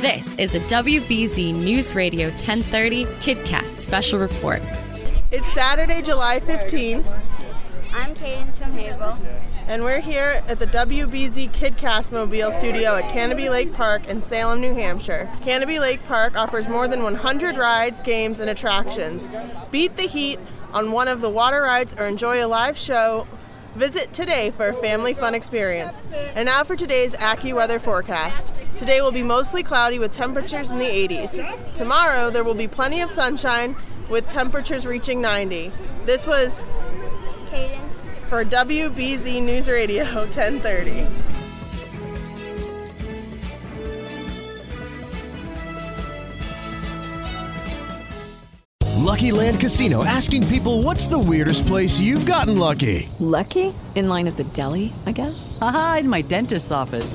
This is a WBZ News Radio 1030 KidCast special report. It's Saturday, July 15th, I'm Cadence from Haverhill. and we're here at the WBZ KidCast Mobile Studio at Canopy Lake Park in Salem, New Hampshire. Canopy Lake Park offers more than 100 rides, games, and attractions. Beat the heat on one of the water rides or enjoy a live show. Visit today for a family fun experience. And now for today's AccuWeather forecast. Today will be mostly cloudy with temperatures in the 80s. Tomorrow there will be plenty of sunshine with temperatures reaching 90. This was Cadence. for WBZ News Radio 1030. Lucky Land Casino asking people what's the weirdest place you've gotten lucky? Lucky? In line at the deli, I guess? Aha, in my dentist's office.